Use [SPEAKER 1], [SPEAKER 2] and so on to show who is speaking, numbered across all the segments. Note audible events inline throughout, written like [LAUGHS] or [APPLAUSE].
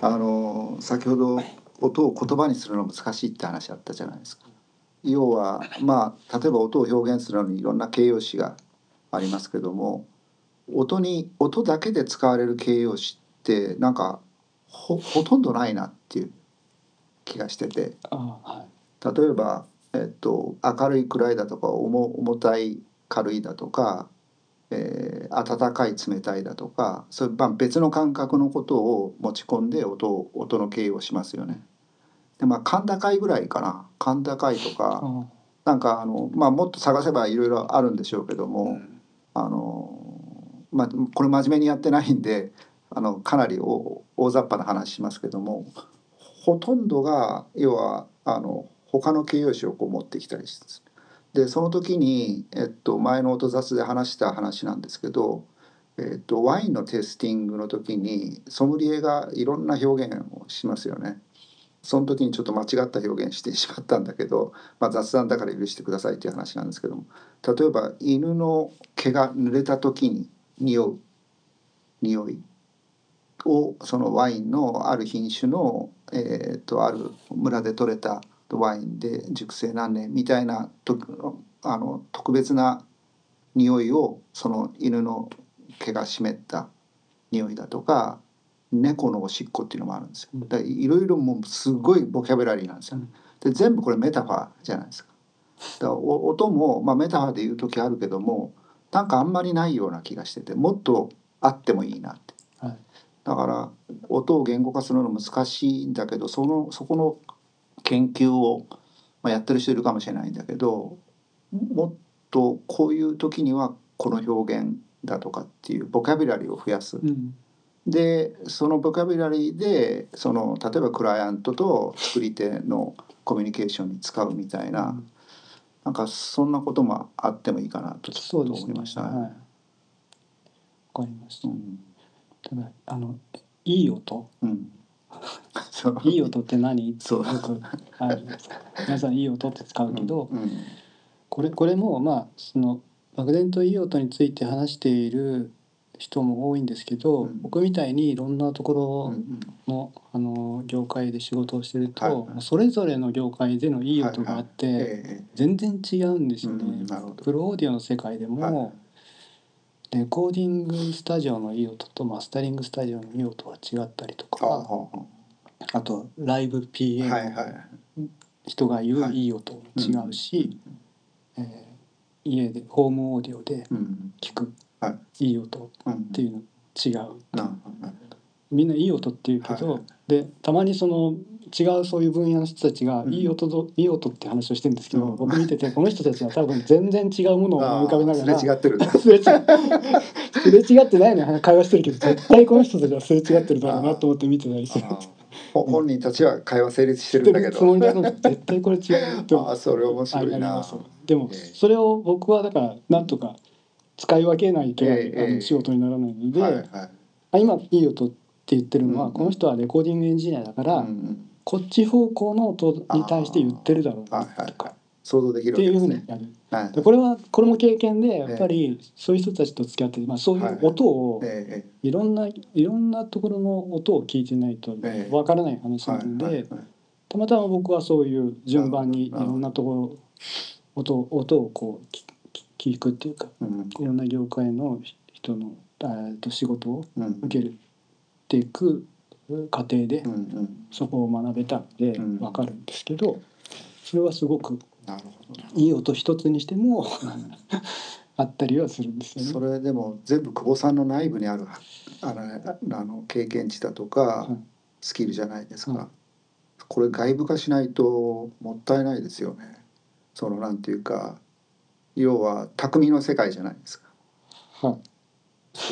[SPEAKER 1] あの先ほど音を言葉にするの難しいって話あったじゃないですか。要はまあ例えば音を表現するのにいろんな形容詞がありますけども音に音だけで使われる形容詞ってなんかほほとんどないなっていう気がしてて
[SPEAKER 2] あは
[SPEAKER 1] 例えば、えっと、明るい暗いだとか重重たい軽いだとか、えー暖かい冷たいだとかそういうまあ別の感覚のことを持ち込んで音を音の形をしますよね。でまあ甲高いぐらいかな甲高いと
[SPEAKER 2] い。
[SPEAKER 1] か
[SPEAKER 2] う
[SPEAKER 1] なんかあの、まあ、もっと探せばいろいろあるんでしょうけども。
[SPEAKER 2] ん
[SPEAKER 1] あのまあ、これ真面目にやってないんであのかなり大大雑把な話しますけどもほとんどが要はあの他の形容詞をこう持ってきたりするでその時に、えっと、前の音雑で話した話なんですけど、えっと、ワインのテイスティングの時にソムリエがいろんな表現をしますよね。その時にちょっと間違った表現してしまったんだけど、まあ、雑談だから許してくださいっていう話なんですけども例えば犬の毛が濡れた時に匂う匂いをそのワインのある品種の、えー、とある村で採れたワインで熟成何年みたいなとあの特別な匂いをその犬の毛が湿った匂いだとか猫のおしっこっていうのもあるんですよ。だからいろいろもうすごいボキャブラリーなんですよね。で全部これメタファーじゃないですか。だからお音も、まあ、メタファーで言う時あるけどもなんかあんまりないような気がしててもっとあってもいいなって
[SPEAKER 2] はい。
[SPEAKER 1] だから音を言語化するの難しいんだけどそのそこの研究を、まあ、やってる人いるかもしれないんだけどもっとこういう時にはこの表現だとかっていうボキャブラリーを増やす
[SPEAKER 2] うん。
[SPEAKER 1] でそのボキャブラリーでその例えばクライアントと作り手のコミュニケーションに使うみたいな、
[SPEAKER 2] うん
[SPEAKER 1] なんかそんなこともあってもいいかなとちょ
[SPEAKER 2] そ
[SPEAKER 1] っ
[SPEAKER 2] う
[SPEAKER 1] と
[SPEAKER 2] です
[SPEAKER 1] 思い
[SPEAKER 2] ね。
[SPEAKER 1] ました
[SPEAKER 2] はい。
[SPEAKER 1] ね。
[SPEAKER 2] わかりまし
[SPEAKER 1] う
[SPEAKER 2] た。
[SPEAKER 1] ん
[SPEAKER 2] ただあのい
[SPEAKER 1] [LAUGHS]
[SPEAKER 2] い音。 [LAUGHS]
[SPEAKER 1] うんそう
[SPEAKER 2] いい音って何って
[SPEAKER 1] そ
[SPEAKER 2] よ
[SPEAKER 1] う
[SPEAKER 2] くあるんですか皆さんいい音って使うけど、
[SPEAKER 1] うん
[SPEAKER 2] これこれもまあその漠然といい音について話している人も多いんですけど、
[SPEAKER 1] うん
[SPEAKER 2] 僕みたいにいろんな
[SPEAKER 1] う
[SPEAKER 2] と
[SPEAKER 1] んう
[SPEAKER 2] こ
[SPEAKER 1] ん
[SPEAKER 2] ろの,、あの業界で仕事をしてると、
[SPEAKER 1] はいはい
[SPEAKER 2] それぞれの業界でのいい音があって、
[SPEAKER 1] ええ
[SPEAKER 2] 全然違うんですよね、
[SPEAKER 1] うんなるほど
[SPEAKER 2] プロオーディオの世界でも、レコーディングスタジオのいい音とマスタリングスタジオのいい音が違ったりと
[SPEAKER 1] ああ
[SPEAKER 2] かあとライブ PA
[SPEAKER 1] は
[SPEAKER 2] の
[SPEAKER 1] いはい
[SPEAKER 2] 人が言
[SPEAKER 1] は
[SPEAKER 2] う
[SPEAKER 1] い
[SPEAKER 2] いい音も違うし、えー家でホームオーディオで
[SPEAKER 1] うん
[SPEAKER 2] 聞く
[SPEAKER 1] はい
[SPEAKER 2] いい音っ
[SPEAKER 1] うん
[SPEAKER 2] ていうの違う
[SPEAKER 1] なるほどね
[SPEAKER 2] みんないい音っていうけど、
[SPEAKER 1] はい
[SPEAKER 2] でたまにその違うそういう分野の人たちが
[SPEAKER 1] うん
[SPEAKER 2] いい音と、いい音って話をしてるんですけど、
[SPEAKER 1] うん
[SPEAKER 2] 僕見ててこの人たちは多分全然違うものを思い浮かべながら
[SPEAKER 1] ああすれ違ってるね
[SPEAKER 2] すれ違うすれ違ってないのに会話してるけど絶対この人たちはすれ違ってるだろうなと思って見てたりする
[SPEAKER 1] ああほ本人たちは会話成立してるんだけ
[SPEAKER 2] つも
[SPEAKER 1] ど
[SPEAKER 2] りなのに絶対これ違うって思
[SPEAKER 1] ああそれ面白い
[SPEAKER 2] あり
[SPEAKER 1] な
[SPEAKER 2] ますでも
[SPEAKER 1] ええ
[SPEAKER 2] それを僕はだからなんとか使い分けないと、
[SPEAKER 1] ええ
[SPEAKER 2] あ
[SPEAKER 1] え
[SPEAKER 2] の
[SPEAKER 1] え
[SPEAKER 2] 仕事にならないので、
[SPEAKER 1] はいはい
[SPEAKER 2] あ今いい音って言ってるのは、
[SPEAKER 1] うん
[SPEAKER 2] この人はレコーディングエンジニアだから、
[SPEAKER 1] うんうん
[SPEAKER 2] こっち方向の音に対して言ってるだろうな
[SPEAKER 1] はい
[SPEAKER 2] とか、
[SPEAKER 1] はいはい想像できる
[SPEAKER 2] っ
[SPEAKER 1] わ
[SPEAKER 2] て
[SPEAKER 1] け
[SPEAKER 2] い
[SPEAKER 1] で
[SPEAKER 2] うふう
[SPEAKER 1] す
[SPEAKER 2] に
[SPEAKER 1] ね
[SPEAKER 2] やる、
[SPEAKER 1] はい
[SPEAKER 2] でこれはこれも経験でやっぱりそういう人たちと付き合ってて、まあ、そうい
[SPEAKER 1] はいう
[SPEAKER 2] 音を
[SPEAKER 1] ええ
[SPEAKER 2] いろんないろんなところの音を聞いてないと
[SPEAKER 1] ええ
[SPEAKER 2] わからない話
[SPEAKER 1] は
[SPEAKER 2] ないので、
[SPEAKER 1] はいはい
[SPEAKER 2] たまたま僕はそういう順番にい
[SPEAKER 1] なるほど
[SPEAKER 2] ろんなところ音音をこうきき聞くっていうか
[SPEAKER 1] うん
[SPEAKER 2] いろんな業界の人のえーと仕事を
[SPEAKER 1] うん
[SPEAKER 2] 受けるっていく過程で
[SPEAKER 1] うんうん
[SPEAKER 2] そこを学べたので
[SPEAKER 1] うん
[SPEAKER 2] 分かるんですけどそれはすごく
[SPEAKER 1] なるほど
[SPEAKER 2] いい音一つにしても [LAUGHS] あったりはするんです
[SPEAKER 1] そ
[SPEAKER 2] よね。
[SPEAKER 1] れでも全部久保さんの内部にあるあのねあの経験値だとか
[SPEAKER 2] はい
[SPEAKER 1] スキルじゃないですか、
[SPEAKER 2] はい
[SPEAKER 1] これ外部化しないともったいないですよねそのなんていうか要は匠の世界じゃないですか
[SPEAKER 2] は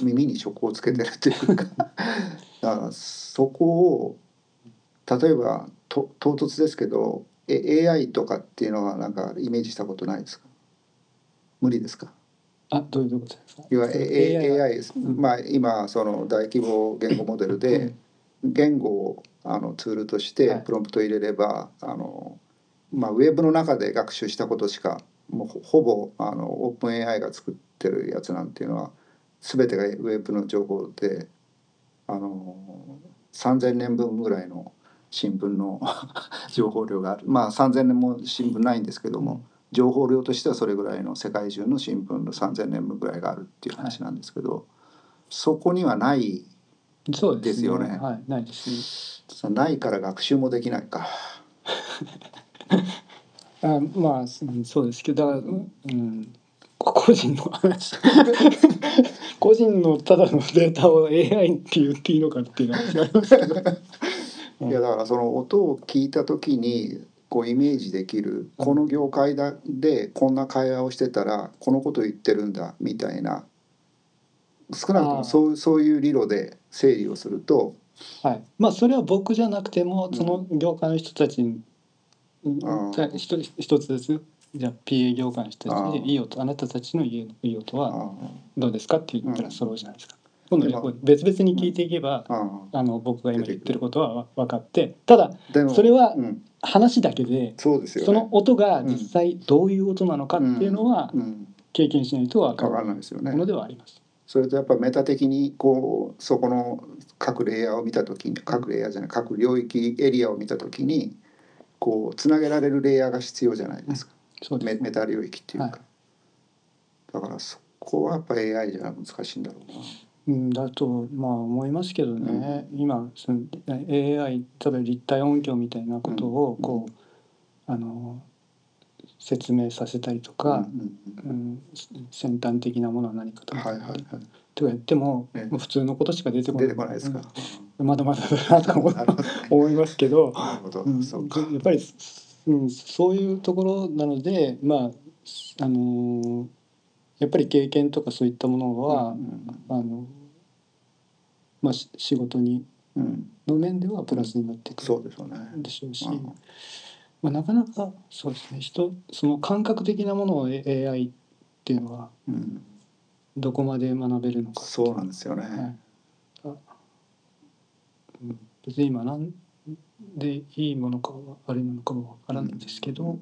[SPEAKER 2] い
[SPEAKER 1] 耳に職をつけてるっていうかだからそこを例えばと唐突ですけどえ AI とかっていうのはなんかイメージしたことないですか無理ですか
[SPEAKER 2] あどういうことですか
[SPEAKER 1] いわゆる A- AI,
[SPEAKER 2] はん
[SPEAKER 1] まあ、今その大規模言語モデル
[SPEAKER 2] う
[SPEAKER 1] で
[SPEAKER 2] ん
[SPEAKER 1] 言語をあのツールとし
[SPEAKER 2] は
[SPEAKER 1] て
[SPEAKER 2] い
[SPEAKER 1] プロンプト入れれば、あのまあ、ウェブの中で学習したことしかもうほほぼあのオープン AI が作ってるやつなんていうのは全てがウェブの情報であの3,000年分ぐらいの新聞の [LAUGHS] 情報量があるまあ3,000年も新聞ないんですけども、情報量としてはそれぐらいの世界中の新聞の3,000年分ぐらいがあるっていう話なんですけど、そこにはない
[SPEAKER 2] そうです,、
[SPEAKER 1] ですよね
[SPEAKER 2] はい、ないですね。
[SPEAKER 1] ないから学習もできないか。
[SPEAKER 2] あまあそうんそうですけどだから、うん、個人の話 [LAUGHS] 個人のただのデータを AI って言っていいのかっていう話がありますけど、うん
[SPEAKER 1] いやだからその音を聞いた時にこうイメージできる
[SPEAKER 2] うん
[SPEAKER 1] この業界だでこんな会話をしてたらこのこと言ってるんだみたいな少なくと
[SPEAKER 2] あー
[SPEAKER 1] もそうそういう理路で整理をすると
[SPEAKER 2] はい、まあそれは僕じゃなくてもその業界の人たちに、
[SPEAKER 1] ん
[SPEAKER 2] た一つ一つですじゃあ PA 業界の人たち
[SPEAKER 1] うん
[SPEAKER 2] に「いい音あなたたちのいいいい音
[SPEAKER 1] あ
[SPEAKER 2] は
[SPEAKER 1] ー
[SPEAKER 2] どうですか?」って言った
[SPEAKER 1] う
[SPEAKER 2] ら
[SPEAKER 1] ん
[SPEAKER 2] 揃うじゃないですか。今度
[SPEAKER 1] でも
[SPEAKER 2] 別々に聞いていけば、
[SPEAKER 1] あ
[SPEAKER 2] あの僕が今言ってることは分かってただ
[SPEAKER 1] ーでも
[SPEAKER 2] それは
[SPEAKER 1] うん、
[SPEAKER 2] 話だけで
[SPEAKER 1] そうですよ
[SPEAKER 2] そ
[SPEAKER 1] ね。
[SPEAKER 2] の音が実際どういう音なのかっていうのは
[SPEAKER 1] うん、
[SPEAKER 2] 経験しないと分
[SPEAKER 1] かか
[SPEAKER 2] からる
[SPEAKER 1] ないですよ
[SPEAKER 2] もの
[SPEAKER 1] ね。
[SPEAKER 2] ではあります。
[SPEAKER 1] それとやっぱメタ的にこうそこの各レイヤーを見た時に各レイヤーじゃない各領域エリアを見た時にこうつなげられるレイヤーが必要じゃないですか。
[SPEAKER 2] そうで
[SPEAKER 1] メ
[SPEAKER 2] す
[SPEAKER 1] メタ領域っていうか、
[SPEAKER 2] はい
[SPEAKER 1] だからそこはやっぱ AI じゃ難しいんだろうな
[SPEAKER 2] うん、だとまあ思いますけどね、今その AI 例えば立体音響みたいなことを
[SPEAKER 1] うん
[SPEAKER 2] こう、あの説明させたりとか、
[SPEAKER 1] うんうん
[SPEAKER 2] うん先端的なものは何かと
[SPEAKER 1] うん、
[SPEAKER 2] か、
[SPEAKER 1] はいはいはい
[SPEAKER 2] とか言っても,、
[SPEAKER 1] ええ
[SPEAKER 2] 普通のことしか出てこない
[SPEAKER 1] 出てこないですか、
[SPEAKER 2] うんまだまだだなと思う
[SPEAKER 1] なるほどね
[SPEAKER 2] 思いますけど。
[SPEAKER 1] なるほど、
[SPEAKER 2] うん
[SPEAKER 1] そうか
[SPEAKER 2] やっぱり、うん、そういうところなのでまああのーやっぱり経験とかそういったものは、
[SPEAKER 1] うん
[SPEAKER 2] あのまあし仕事に
[SPEAKER 1] うん、
[SPEAKER 2] の面ではプラスになってく
[SPEAKER 1] そう
[SPEAKER 2] る
[SPEAKER 1] でしょうね
[SPEAKER 2] でしょうし、
[SPEAKER 1] うん
[SPEAKER 2] まあ、なかなかそうですね人その感覚的なものを A- AI っていうのは
[SPEAKER 1] うん、
[SPEAKER 2] どこまで学べるのかってい
[SPEAKER 1] そうなんですよね、
[SPEAKER 2] はいあうん別に今なんでいいものかはあれなのかもわからないんですけど、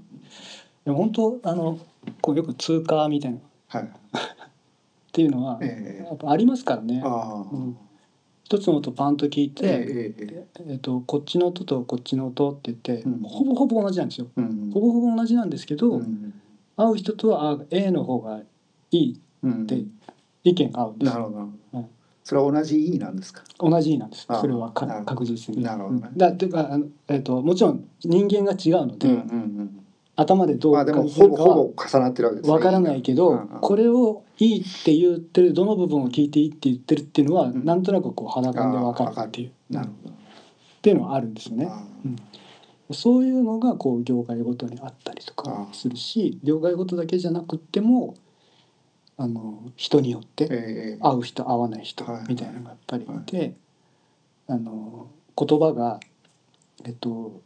[SPEAKER 2] でも本当あのこうよく通貨みたいなっ
[SPEAKER 1] はい、
[SPEAKER 2] ていうのはや
[SPEAKER 1] ええ
[SPEAKER 2] っぱありますからね
[SPEAKER 1] ああ、
[SPEAKER 2] うん一つの音パンと聞い
[SPEAKER 1] ええ
[SPEAKER 2] て、
[SPEAKER 1] ええええ
[SPEAKER 2] えっとこっちの音とこっちの音って言って、
[SPEAKER 1] うん
[SPEAKER 2] ほぼほぼ同じなんですよ。
[SPEAKER 1] うん
[SPEAKER 2] ほぼほぼ同じなんですけど、
[SPEAKER 1] うん
[SPEAKER 2] 会う人とはあ A の方がいい
[SPEAKER 1] うん
[SPEAKER 2] って意見が合うんです
[SPEAKER 1] なるほどなるほど、
[SPEAKER 2] はい
[SPEAKER 1] それは同じ意味なんですか
[SPEAKER 2] 同じなんです
[SPEAKER 1] あ
[SPEAKER 2] それはか
[SPEAKER 1] なるほど
[SPEAKER 2] 確実に。
[SPEAKER 1] なるほどね
[SPEAKER 2] うんだってかあの、えっともちろん人間が違うので、
[SPEAKER 1] ん
[SPEAKER 2] 頭で
[SPEAKER 1] う
[SPEAKER 2] ど
[SPEAKER 1] ん
[SPEAKER 2] う
[SPEAKER 1] まあでも
[SPEAKER 2] 感じ
[SPEAKER 1] ほ
[SPEAKER 2] る
[SPEAKER 1] ぼ
[SPEAKER 2] かは
[SPEAKER 1] ほぼ重なってるわけですね
[SPEAKER 2] わからないけど、
[SPEAKER 1] うんうん
[SPEAKER 2] これをいいって言ってるどの部分を聞いていいって言ってるっていうのは、
[SPEAKER 1] ん
[SPEAKER 2] なんとなくこう肌感でわかるっていう
[SPEAKER 1] なる
[SPEAKER 2] っ
[SPEAKER 1] ほど
[SPEAKER 2] ていうのはあるんですよね。
[SPEAKER 1] ああ
[SPEAKER 2] そういうのがこう業界ごとにあったりとかするし業界ごとだけじゃなくってもあの人によって
[SPEAKER 1] ええ
[SPEAKER 2] 合う人合わない人
[SPEAKER 1] はい
[SPEAKER 2] みたいなのがやっぱりいてあの言葉がえっと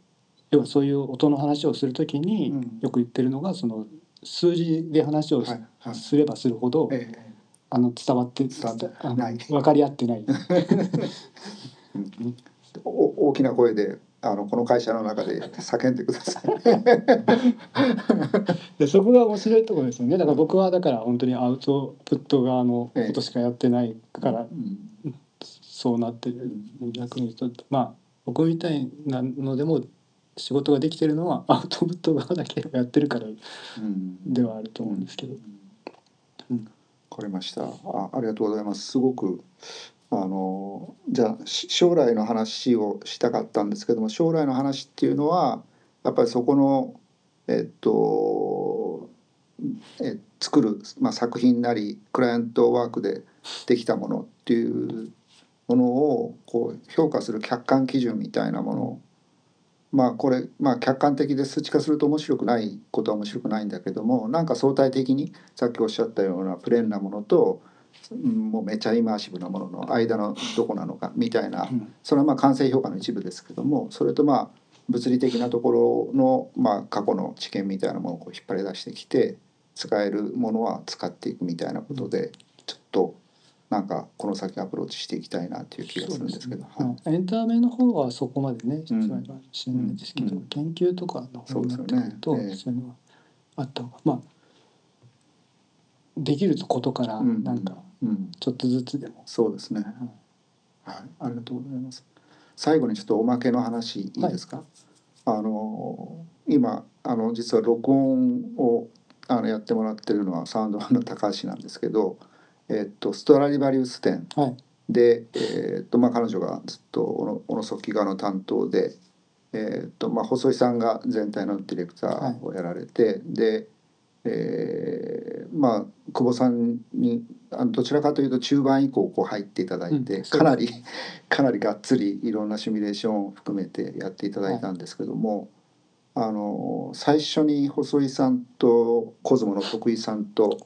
[SPEAKER 2] 要はそういう音の話をするときに
[SPEAKER 1] うん
[SPEAKER 2] よく言ってるのがその数字で話を
[SPEAKER 1] はいはい
[SPEAKER 2] すればするほど
[SPEAKER 1] ええ
[SPEAKER 2] あの伝わって
[SPEAKER 1] 伝わって
[SPEAKER 2] あの
[SPEAKER 1] ない
[SPEAKER 2] 分かり合ってない
[SPEAKER 1] お大きな声であのこの会社の中で叫んでください。
[SPEAKER 2] [LAUGHS] でそこが面白いところですよねだから僕はだから本当にアウトプット側の
[SPEAKER 1] ええ
[SPEAKER 2] ことしかやってないから
[SPEAKER 1] うん
[SPEAKER 2] そうなってる逆に言うとまあ僕みたいなのでも仕事ができてるのはアウトプット側だけをやってるから
[SPEAKER 1] うん
[SPEAKER 2] ではあると思うんですけど、うん
[SPEAKER 1] わかりました。あありがとうございます。すごくあのじゃあし将来の話をしたかったんですけども将来の話っていうのはやっぱりそこのえっとえ作る、まあ、作品なりクライアントワークでできたものっていうものをこう評価する客観基準みたいなものをまあこれ、まあ、客観的で数値化すると面白くないことは面白くないんだけどもなんか相対的にさっきおっしゃったようなプレーンなものとうんもうめちゃイマーシブなものの間のどこなのかみたいな
[SPEAKER 2] うん
[SPEAKER 1] それはまあ完成評価の一部ですけどもそれとまあ物理的なところのまあ過去の知見みたいなものをこう引っ張り出してきて使えるものは使っていくみたいなことでちょっとなんかこの先アプローチしていきたいなっていう気がするんですけど。
[SPEAKER 2] そう
[SPEAKER 1] はい
[SPEAKER 2] ねうんエンタメの方はそこまでね必
[SPEAKER 1] うん
[SPEAKER 2] 要かもしれないですけど、
[SPEAKER 1] うん
[SPEAKER 2] 研究とかの方になってくると
[SPEAKER 1] そ
[SPEAKER 2] そうう,、
[SPEAKER 1] ですよねええ
[SPEAKER 2] いうのはあった方がまあできることから
[SPEAKER 1] うん
[SPEAKER 2] なんか
[SPEAKER 1] うん
[SPEAKER 2] ちょっとずつでも、
[SPEAKER 1] そうですね。はい、ありがとうございます。最後にちょっとおまけの話いいですか、あの今あの実は録音をあのやってもらってるのはサウンドマンの高橋なんですけど、えっと、ストラディバリウス展
[SPEAKER 2] はい
[SPEAKER 1] で、えーっとまあ、彼女がずっと小野小野側側の担当で、えーっとまあ、細井さんが全体のディレクターをやられて、で、えーまあ、久保さんにあのどちらかというと中盤以降こう入っていただいて、
[SPEAKER 2] うん
[SPEAKER 1] かなり [LAUGHS] かなりがっつりいろんなシミュレーションを含めてやっていただいたんですけども。あの最初に細井さんとコズモの徳井さんと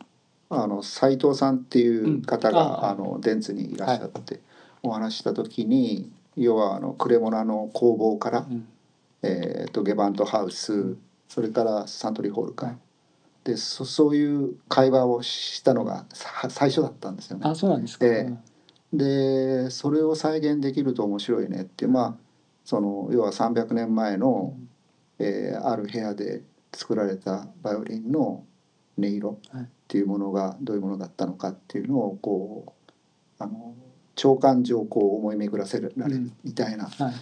[SPEAKER 1] あの斉藤さんっていう方が、
[SPEAKER 2] うんあはい
[SPEAKER 1] あの電通にいらっしゃってお話しした時に、要はあのクレモナの工房から、
[SPEAKER 2] うん
[SPEAKER 1] えー、とゲバントハウス、
[SPEAKER 2] うん
[SPEAKER 1] それからサントリーホールか、
[SPEAKER 2] はい
[SPEAKER 1] でそそういう会話をしたのがさ最初だったんですよね。
[SPEAKER 2] あそうなんですか、
[SPEAKER 1] えでそれを再現できると面白いねってまあその要は300年前の、えーある部屋で作られたバイオリンの音色
[SPEAKER 2] はい
[SPEAKER 1] っていうものがどういうものだったのかっていうのをこうあの長官上こう思い巡らせられるみたいな、
[SPEAKER 2] はい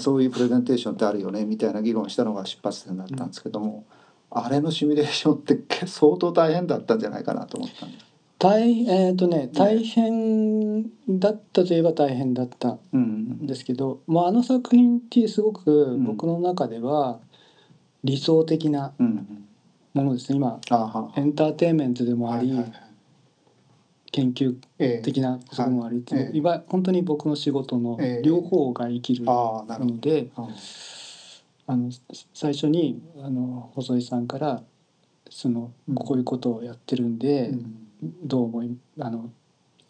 [SPEAKER 1] そういうプレゼンテーションってあるよねみたいな議論したのが出発点だったんですけども、あれのシミュレーションってけ相当大変だったんじゃないかなと思ったんです。
[SPEAKER 2] 大えーとね大変だったといえば大変だったん
[SPEAKER 1] うん
[SPEAKER 2] ですけど、まあ、あの作品ってすごく
[SPEAKER 1] ん
[SPEAKER 2] 僕の中では理想的な
[SPEAKER 1] うん、
[SPEAKER 2] ものですね今
[SPEAKER 1] あはは
[SPEAKER 2] エンターテインメントでもあり、
[SPEAKER 1] はいはいはい
[SPEAKER 2] 研究
[SPEAKER 1] ええ
[SPEAKER 2] 的なこともあり、
[SPEAKER 1] ええ
[SPEAKER 2] いわ本当に僕の仕事の
[SPEAKER 1] ええ
[SPEAKER 2] 両方が生きるの
[SPEAKER 1] ああなるほど。
[SPEAKER 2] で、
[SPEAKER 1] うん
[SPEAKER 2] あの最初にあの細井さんからその
[SPEAKER 1] うん
[SPEAKER 2] こういうことをやってるんで、
[SPEAKER 1] うん
[SPEAKER 2] どう思いあの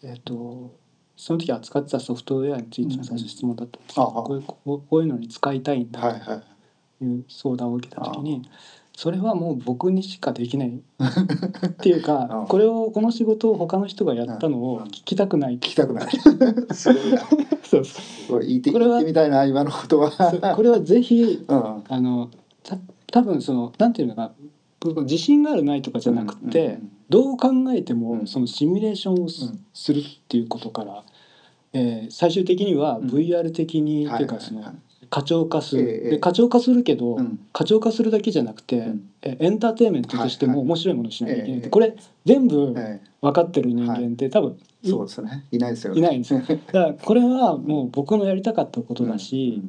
[SPEAKER 2] えっ、とその時扱ってたソフトウェアについての最初質問だったんですけど、
[SPEAKER 1] うんうんああ
[SPEAKER 2] こういうこうこういうのに使いたいん
[SPEAKER 1] はい
[SPEAKER 2] だ
[SPEAKER 1] はい。
[SPEAKER 2] という相談を受けた時に、それはもう僕にしかできないっていう
[SPEAKER 1] [LAUGHS] ああ
[SPEAKER 2] かこれをこの仕事を他の人がやったのを聞きたくない
[SPEAKER 1] 聞きたくない。
[SPEAKER 2] [LAUGHS]
[SPEAKER 1] すごい [LAUGHS] な。
[SPEAKER 2] そうそ
[SPEAKER 1] これ言って
[SPEAKER 2] これは
[SPEAKER 1] 言ってみたいな今の言 [LAUGHS]
[SPEAKER 2] う
[SPEAKER 1] 葉。
[SPEAKER 2] これはぜひ
[SPEAKER 1] うん。
[SPEAKER 2] あのた多分そのなんていうのか僕自信があるないとかじゃなくて、
[SPEAKER 1] うんうんうん
[SPEAKER 2] どう考えても、
[SPEAKER 1] うん
[SPEAKER 2] そのシミュレーションをす,、
[SPEAKER 1] うん
[SPEAKER 2] るっていうことから、えー最終的には
[SPEAKER 1] うん
[SPEAKER 2] VR 的に、っていうかその、過剰化する、
[SPEAKER 1] ええ
[SPEAKER 2] で過剰化するけど、
[SPEAKER 1] うん
[SPEAKER 2] 過剰化するだけじゃなくて、
[SPEAKER 1] ん
[SPEAKER 2] えーエンターテインメントとして
[SPEAKER 1] はい
[SPEAKER 2] も
[SPEAKER 1] はい
[SPEAKER 2] 面白いものにしなきゃいけない、
[SPEAKER 1] ええ
[SPEAKER 2] これ全部
[SPEAKER 1] え
[SPEAKER 2] 分かってる人間って、多分
[SPEAKER 1] え、そうですね。いないですよね。
[SPEAKER 2] いないんで
[SPEAKER 1] [LAUGHS]
[SPEAKER 2] すよ。だからこれはもう僕のやりたかったことだし、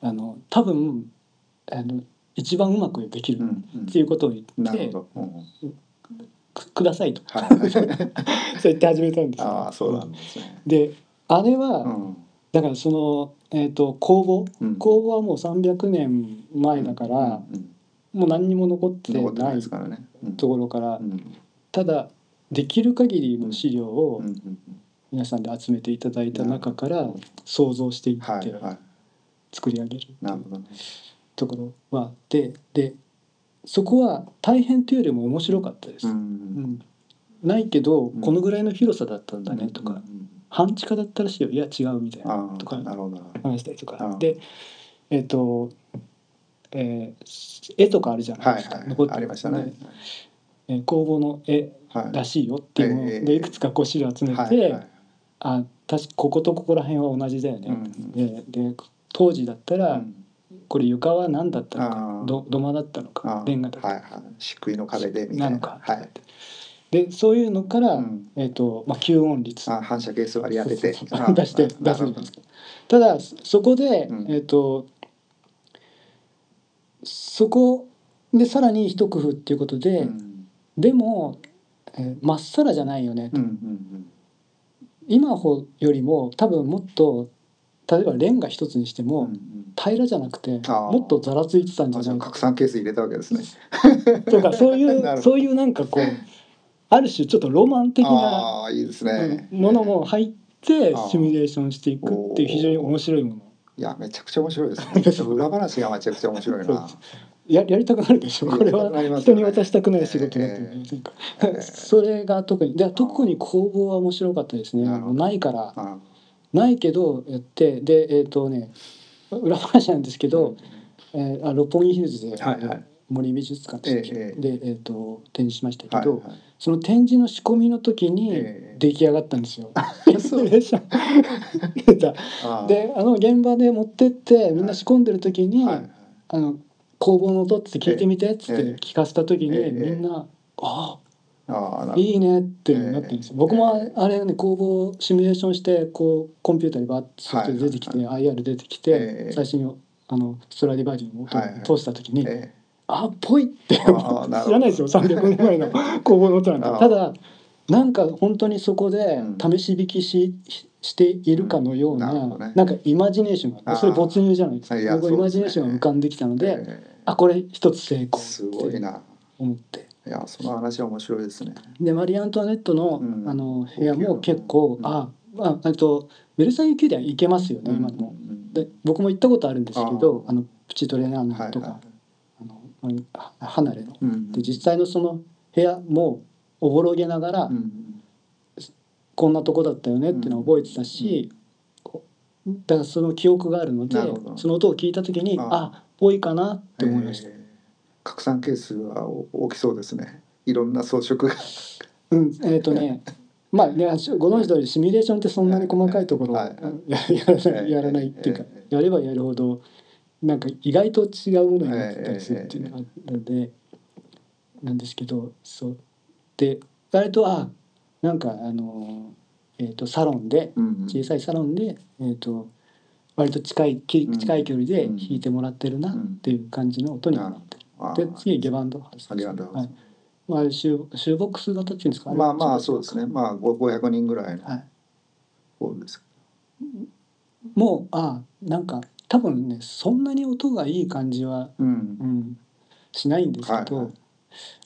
[SPEAKER 2] あの多分あの一番うまくでき
[SPEAKER 1] うん。う
[SPEAKER 2] る
[SPEAKER 1] んうん
[SPEAKER 2] っていうことを言
[SPEAKER 1] な
[SPEAKER 2] っ
[SPEAKER 1] るほ
[SPEAKER 2] て
[SPEAKER 1] ど。うんうん
[SPEAKER 2] くくださいと [LAUGHS]
[SPEAKER 1] はい。
[SPEAKER 2] そう言って始めたんです
[SPEAKER 1] [LAUGHS]
[SPEAKER 2] よ
[SPEAKER 1] ああそうなんですね。
[SPEAKER 2] であれは、
[SPEAKER 1] うん。
[SPEAKER 2] だからその、えー、と工房
[SPEAKER 1] うん
[SPEAKER 2] 工房はもう300年前だから、
[SPEAKER 1] うんうん
[SPEAKER 2] もう何にも残って
[SPEAKER 1] 残ってな
[SPEAKER 2] ないい
[SPEAKER 1] ですからね。うん
[SPEAKER 2] ところから、
[SPEAKER 1] うん
[SPEAKER 2] ただできる限りの資料
[SPEAKER 1] う
[SPEAKER 2] を
[SPEAKER 1] んうん
[SPEAKER 2] 皆さんで集めていただいた中から想像してい
[SPEAKER 1] は
[SPEAKER 2] っ
[SPEAKER 1] い
[SPEAKER 2] て
[SPEAKER 1] は
[SPEAKER 2] 作り上げる
[SPEAKER 1] い。なるほどね。
[SPEAKER 2] ところはあってでそこは大変というよりも面白かったです。
[SPEAKER 1] ん。
[SPEAKER 2] ないけど、
[SPEAKER 1] うん
[SPEAKER 2] このぐらいの広さだったんだねとか、
[SPEAKER 1] うんうん
[SPEAKER 2] 半地下だったらしいよいや違うみたいな
[SPEAKER 1] ああ
[SPEAKER 2] とか
[SPEAKER 1] なるほどなるほど。
[SPEAKER 2] 話したりと
[SPEAKER 1] あ
[SPEAKER 2] か
[SPEAKER 1] あ
[SPEAKER 2] でえっ、と、えー絵とかあるじゃない
[SPEAKER 1] は
[SPEAKER 2] で
[SPEAKER 1] い
[SPEAKER 2] すか、
[SPEAKER 1] はい。ありましたね。
[SPEAKER 2] えー工房の絵
[SPEAKER 1] はい。
[SPEAKER 2] らしいよっていうのを
[SPEAKER 1] ええ
[SPEAKER 2] でいくつかこう資料集めて、
[SPEAKER 1] はいはい
[SPEAKER 2] あ確かこことここら辺は同じだよね、
[SPEAKER 1] うん
[SPEAKER 2] でで当時だったら、
[SPEAKER 1] うん
[SPEAKER 2] これ床は何だったのか
[SPEAKER 1] ああ
[SPEAKER 2] ど土間だったのか
[SPEAKER 1] あ
[SPEAKER 2] レンガだった
[SPEAKER 1] は
[SPEAKER 2] の
[SPEAKER 1] い
[SPEAKER 2] か、
[SPEAKER 1] はい。漆喰の壁でみたいな。
[SPEAKER 2] のか、
[SPEAKER 1] はい。
[SPEAKER 2] でそういうのから、
[SPEAKER 1] うん
[SPEAKER 2] えっ、と、まあ、吸音率
[SPEAKER 1] あ反射係数割り当てて
[SPEAKER 2] そう [LAUGHS] そうそう出して出すんですすただそそこで、
[SPEAKER 1] うん
[SPEAKER 2] えっ、とそこでさらに一工夫っていうことで、
[SPEAKER 1] うん
[SPEAKER 2] でも、えーまっさらじゃないよね、
[SPEAKER 1] うんうん
[SPEAKER 2] 今ほよりも多分もっと例えばレンガ一つにして
[SPEAKER 1] うんう
[SPEAKER 2] も、
[SPEAKER 1] ん
[SPEAKER 2] 平らじゃなくて
[SPEAKER 1] あー
[SPEAKER 2] もっとざらついてたんじゃ
[SPEAKER 1] あじゃ
[SPEAKER 2] な
[SPEAKER 1] あ
[SPEAKER 2] いか
[SPEAKER 1] 拡散係数入れたわけですね
[SPEAKER 2] と [LAUGHS] かそうい
[SPEAKER 1] [LAUGHS] なるほ
[SPEAKER 2] う
[SPEAKER 1] ど
[SPEAKER 2] そういうなんかこうある種ちょっとロマン的な
[SPEAKER 1] ああいいです
[SPEAKER 2] うん
[SPEAKER 1] ね
[SPEAKER 2] ものも入って
[SPEAKER 1] あー
[SPEAKER 2] シミュレーションしていくっていう非常に面白いもの
[SPEAKER 1] いやめちゃくちゃ面白いですね
[SPEAKER 2] [LAUGHS]
[SPEAKER 1] 裏話がめちゃくちゃ面白いな
[SPEAKER 2] ややりたくなるでしょ
[SPEAKER 1] や
[SPEAKER 2] これ
[SPEAKER 1] やりたくなりま
[SPEAKER 2] は
[SPEAKER 1] すよ
[SPEAKER 2] 人
[SPEAKER 1] ね
[SPEAKER 2] に渡したくない仕事だと思いませんか [LAUGHS] それが特にで特に工房は面白かったですね
[SPEAKER 1] なるほど
[SPEAKER 2] ないから
[SPEAKER 1] あ
[SPEAKER 2] ないけどやってでえっ、とね裏話なん [LAUGHS] ですけど、えーあ六本木ヒルズで、
[SPEAKER 1] はいはい
[SPEAKER 2] 森美術館でしたっけ
[SPEAKER 1] ええええ
[SPEAKER 2] で、えー、と展示しました
[SPEAKER 1] は
[SPEAKER 2] け
[SPEAKER 1] い
[SPEAKER 2] ど、
[SPEAKER 1] はい
[SPEAKER 2] その展示の仕込みの時に
[SPEAKER 1] え
[SPEAKER 2] 出来上がったんですよ。
[SPEAKER 1] え
[SPEAKER 2] [LAUGHS]
[SPEAKER 1] そう
[SPEAKER 2] でした
[SPEAKER 1] [LAUGHS]
[SPEAKER 2] 出た
[SPEAKER 1] ああ
[SPEAKER 2] であの現場で持ってってみんな仕込んでる時に「
[SPEAKER 1] はい
[SPEAKER 2] あの工房の音」っつって聞いてみてっつっ
[SPEAKER 1] ええ
[SPEAKER 2] て聞かせた時に、
[SPEAKER 1] ええ
[SPEAKER 2] みんな「あ
[SPEAKER 1] ああな
[SPEAKER 2] あ
[SPEAKER 1] る
[SPEAKER 2] いいね」ってなったんですよ。
[SPEAKER 1] ええ
[SPEAKER 2] 僕もあ
[SPEAKER 1] ええ
[SPEAKER 2] あれね工房シミュレーションしてこうコンピューターにバッと出てきて、
[SPEAKER 1] はい
[SPEAKER 2] IR 出てき
[SPEAKER 1] え
[SPEAKER 2] て、
[SPEAKER 1] え
[SPEAKER 2] 最新をあのストラディバリーの音
[SPEAKER 1] はいはい
[SPEAKER 2] を通した時に「 [LAUGHS]
[SPEAKER 1] え
[SPEAKER 2] あっぽい」って
[SPEAKER 1] ああなるほど
[SPEAKER 2] 知らないですよ300年
[SPEAKER 1] [LAUGHS]
[SPEAKER 2] 前の工房の音なん
[SPEAKER 1] ああ
[SPEAKER 2] て。ただなんか本当にそこで
[SPEAKER 1] うん
[SPEAKER 2] 試し弾きし,、しているかのよう
[SPEAKER 1] う
[SPEAKER 2] な,、
[SPEAKER 1] んなるほ
[SPEAKER 2] な
[SPEAKER 1] どね
[SPEAKER 2] んかイマジネーション
[SPEAKER 1] ああ
[SPEAKER 2] がそれ没入じゃないですか
[SPEAKER 1] いや
[SPEAKER 2] 僕
[SPEAKER 1] そうですね
[SPEAKER 2] イマジネーションが浮かんできたの
[SPEAKER 1] え
[SPEAKER 2] で、
[SPEAKER 1] え
[SPEAKER 2] あこれ一つ成
[SPEAKER 1] え
[SPEAKER 2] 功
[SPEAKER 1] すごい
[SPEAKER 2] って
[SPEAKER 1] ない
[SPEAKER 2] 思って
[SPEAKER 1] いやその話は面白いですね
[SPEAKER 2] でマリー・アントワネットの,、
[SPEAKER 1] うん
[SPEAKER 2] あの部屋も結構、
[SPEAKER 1] うん
[SPEAKER 2] あああとベルサイユ宮殿行けますよね、今
[SPEAKER 1] う
[SPEAKER 2] も
[SPEAKER 1] ん
[SPEAKER 2] で僕も行ったことあるんですけど
[SPEAKER 1] あ
[SPEAKER 2] あのプチトレーナー
[SPEAKER 1] はい
[SPEAKER 2] のとか、
[SPEAKER 1] は
[SPEAKER 2] あのうんは離れの
[SPEAKER 1] いうん
[SPEAKER 2] で実際のその部屋もおぼろげながら、
[SPEAKER 1] うん
[SPEAKER 2] こんなとこだったよねっていうのを覚えてたし、こうだからその記憶があるので
[SPEAKER 1] なるほど
[SPEAKER 2] その音を聞いた時に
[SPEAKER 1] あ
[SPEAKER 2] あ
[SPEAKER 1] あ
[SPEAKER 2] あぽいかなって思いました、
[SPEAKER 1] ええ拡散係数は大きそうですねいろんな装飾が
[SPEAKER 2] うんえっ、とねまあねご存知の通りシミュレーションってそんなに細かいところを
[SPEAKER 1] は
[SPEAKER 2] や
[SPEAKER 1] い
[SPEAKER 2] やらないやらないっていうか
[SPEAKER 1] え
[SPEAKER 2] やればやるほどなんか意外と違うものになってたりするっていうのがあったのでなんですけどそうで誰とあなんかあの、えー、とサロンで
[SPEAKER 1] うん
[SPEAKER 2] 小さいサロンで、えー、と割と近いき
[SPEAKER 1] うん
[SPEAKER 2] 近い距離で弾いてもらってるな
[SPEAKER 1] うん
[SPEAKER 2] っていう感じの音になってる、
[SPEAKER 1] ああ
[SPEAKER 2] で次ゲバンドハウス
[SPEAKER 1] ありがとうござい
[SPEAKER 2] はいまあ、あれシューシューボックス型っていうんですか
[SPEAKER 1] まあまあそうです
[SPEAKER 2] ね、
[SPEAKER 1] ねまあご500人ぐらいの
[SPEAKER 2] はい、
[SPEAKER 1] 方です
[SPEAKER 2] もうあなんか多分ねそんなに音がいい感じは、
[SPEAKER 1] うん
[SPEAKER 2] うん、しないんですけど、
[SPEAKER 1] はいはい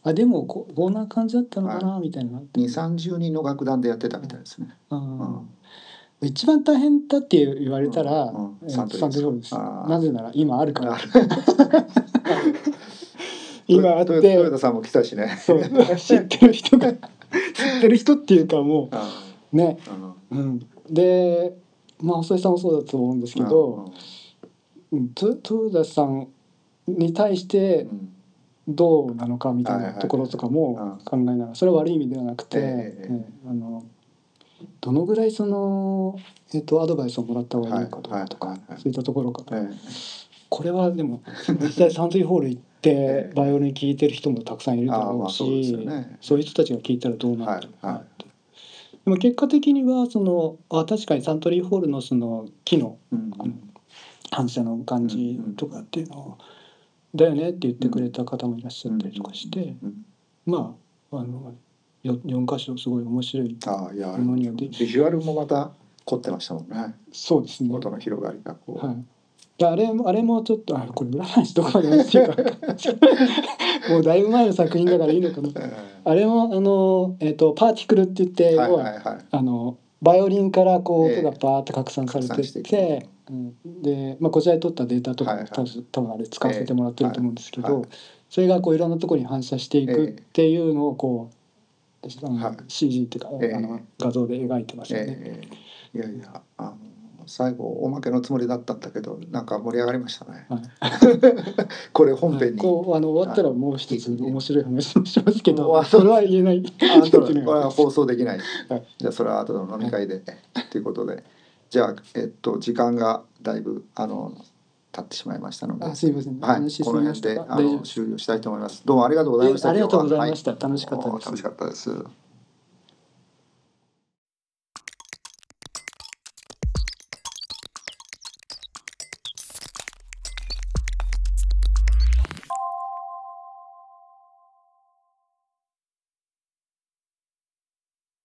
[SPEAKER 2] あでもここんな感じだったのかなみたいなのがあって、
[SPEAKER 1] 2三3 0人の楽団でやってたみたいですね
[SPEAKER 2] うん
[SPEAKER 1] うん
[SPEAKER 2] 一番大変だって言われたら、
[SPEAKER 1] うんうん
[SPEAKER 2] えー
[SPEAKER 1] サントリー
[SPEAKER 2] サントリーホールです
[SPEAKER 1] あー
[SPEAKER 2] なぜなら今あるから
[SPEAKER 1] ある
[SPEAKER 2] 今あっ
[SPEAKER 1] トヨトヨ
[SPEAKER 2] て
[SPEAKER 1] タさんも来たしね [LAUGHS]
[SPEAKER 2] そう知ってる人が知ってる人っていうかも
[SPEAKER 1] あ
[SPEAKER 2] うね、
[SPEAKER 1] あうん
[SPEAKER 2] うん、でまあ細井さんもそうだと思うんですけど、うん、ト豊田さんに対し
[SPEAKER 1] う
[SPEAKER 2] て
[SPEAKER 1] んうん
[SPEAKER 2] どうなのかみたい
[SPEAKER 1] はい
[SPEAKER 2] な
[SPEAKER 1] はい
[SPEAKER 2] ところとかも考えながらそれは悪い意味ではなくて、
[SPEAKER 1] ええ
[SPEAKER 2] ねあのどのぐらいその、えっとアドバイスをもらった方がいいのかと
[SPEAKER 1] はいは
[SPEAKER 2] か
[SPEAKER 1] い
[SPEAKER 2] とか、
[SPEAKER 1] はいはい
[SPEAKER 2] そういったところから、
[SPEAKER 1] え
[SPEAKER 2] これはでも実際サントリーホール行っ
[SPEAKER 1] え
[SPEAKER 2] て
[SPEAKER 1] [LAUGHS] え
[SPEAKER 2] バイオリン聴いてる人もたくさんい
[SPEAKER 1] え
[SPEAKER 2] るだ
[SPEAKER 1] ああ
[SPEAKER 2] ろ
[SPEAKER 1] ま
[SPEAKER 2] う
[SPEAKER 1] あ
[SPEAKER 2] し、
[SPEAKER 1] そうですよね
[SPEAKER 2] そういう人たちが聞いたらどうなるのかな
[SPEAKER 1] はいは
[SPEAKER 2] ってでも結果的にはそのあ確かにサントリーホールのその木の
[SPEAKER 1] うん
[SPEAKER 2] 反射の感じとかっていうのを「だよね」って言ってくれた方もいらっしゃったりとかして、
[SPEAKER 1] うん
[SPEAKER 2] まああのよ四箇所すごい面白い
[SPEAKER 1] ああいやあれ
[SPEAKER 2] ものには
[SPEAKER 1] ビ
[SPEAKER 2] でき
[SPEAKER 1] ジュアルもまた凝ってましたもんね
[SPEAKER 2] そうですね。
[SPEAKER 1] 音の広がりがこう
[SPEAKER 2] はいであれもあれもちょっとあこれ裏話どこまで話していい
[SPEAKER 1] [LAUGHS]
[SPEAKER 2] か分かんないもうだいぶ前の作品だからいいのかな
[SPEAKER 1] ええ
[SPEAKER 2] あれもあの、えっとパーティクルって言って、
[SPEAKER 1] はい
[SPEAKER 2] 要は
[SPEAKER 1] はいはい
[SPEAKER 2] あのバイオリンからこう
[SPEAKER 1] ええ
[SPEAKER 2] 音がバーって拡散されて
[SPEAKER 1] 拡散
[SPEAKER 2] っ
[SPEAKER 1] して
[SPEAKER 2] て
[SPEAKER 1] いく
[SPEAKER 2] うんで、まあ、こちらで取ったデータとか
[SPEAKER 1] はいはい
[SPEAKER 2] 多分多分あれ使わせてもらってると思うんですけ
[SPEAKER 1] ええは
[SPEAKER 2] ど
[SPEAKER 1] い
[SPEAKER 2] それがこういろんなところに反射していくっていうのをこうあ
[SPEAKER 1] はい
[SPEAKER 2] の CG っていうか
[SPEAKER 1] ええ
[SPEAKER 2] あの画像で描いてますよね。
[SPEAKER 1] ええいやいやあの最後おまけのつもりだったんだけどなんか盛り上がりましたね
[SPEAKER 2] はい
[SPEAKER 1] [LAUGHS] これ本編に
[SPEAKER 2] こうあの終わったらもう一つ面白い話をしますけ
[SPEAKER 1] は
[SPEAKER 2] ど
[SPEAKER 1] い
[SPEAKER 2] それは言えない。
[SPEAKER 1] [LAUGHS] あ
[SPEAKER 2] [LAUGHS]
[SPEAKER 1] 後でこれは放送できない。
[SPEAKER 2] はい
[SPEAKER 1] じゃあそれは後の飲み会で、ということで、じゃあえっと時間がだいぶあの経ってしまいましたので、は
[SPEAKER 2] あ
[SPEAKER 1] い、
[SPEAKER 2] すいません。
[SPEAKER 1] この
[SPEAKER 2] 話しすぎま
[SPEAKER 1] 辺
[SPEAKER 2] した
[SPEAKER 1] で
[SPEAKER 2] か
[SPEAKER 1] あ
[SPEAKER 2] 大丈夫
[SPEAKER 1] の
[SPEAKER 2] です
[SPEAKER 1] 終了したいと思います。どうもありがとうございました。
[SPEAKER 2] えありがとうございま
[SPEAKER 1] し
[SPEAKER 2] した。楽しかったです。
[SPEAKER 1] 楽しかったです。